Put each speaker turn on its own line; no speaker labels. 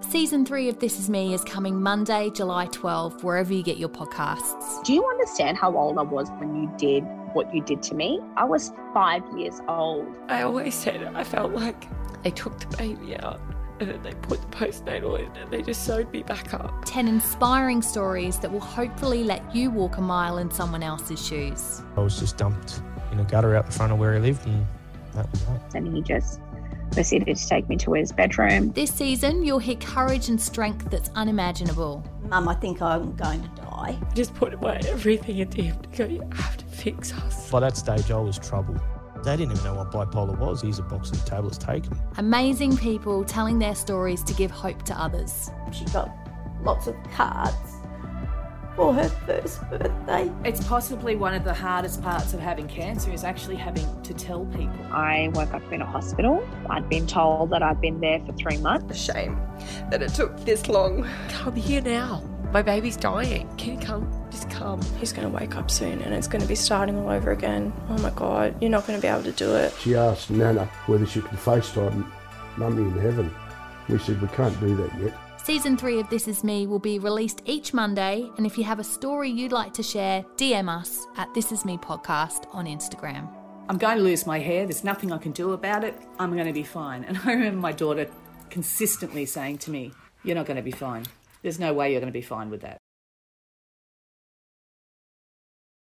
Season 3 of This Is Me is coming Monday, July 12, wherever you get your podcasts.
Do you understand how old I was when you did what you did to me? I was five years old.
I always said I felt like they took the baby out and then they put the postnatal in and they just sewed me back up.
10 inspiring stories that will hopefully let you walk a mile in someone else's shoes.
I was just dumped in a gutter out the front of where he lived, and that was that.
And he just proceeded to take me to his bedroom.
This season, you'll hear courage and strength that's unimaginable.
Mum, I think I'm going to die.
I just put away everything into him to go, you have to fix us.
By that stage, I was trouble. They didn't even know what bipolar was. Here's a box of tablets, take 'em.
Amazing people telling their stories to give hope to others.
She got lots of cards for her first birthday.
It's possibly one of the hardest parts of having cancer is actually having to tell people.
I woke up in a hospital. I'd been told that I'd been there for three months.
A shame that it took this long.
Come here now. My baby's dying. Can you come? Just come.
He's going to wake up soon and it's going to be starting all over again. Oh my God, you're not going to be able to do it.
She asked Nana whether she could FaceTime Mummy in heaven. We said, we can't do that yet.
Season 3 of This Is Me will be released each Monday, and if you have a story you'd like to share, DM us at This Is Me Podcast on Instagram.
I'm going to lose my hair. There's nothing I can do about it. I'm going to be fine. And I remember my daughter consistently saying to me, You're not going to be fine. There's no way you're going to be fine with that.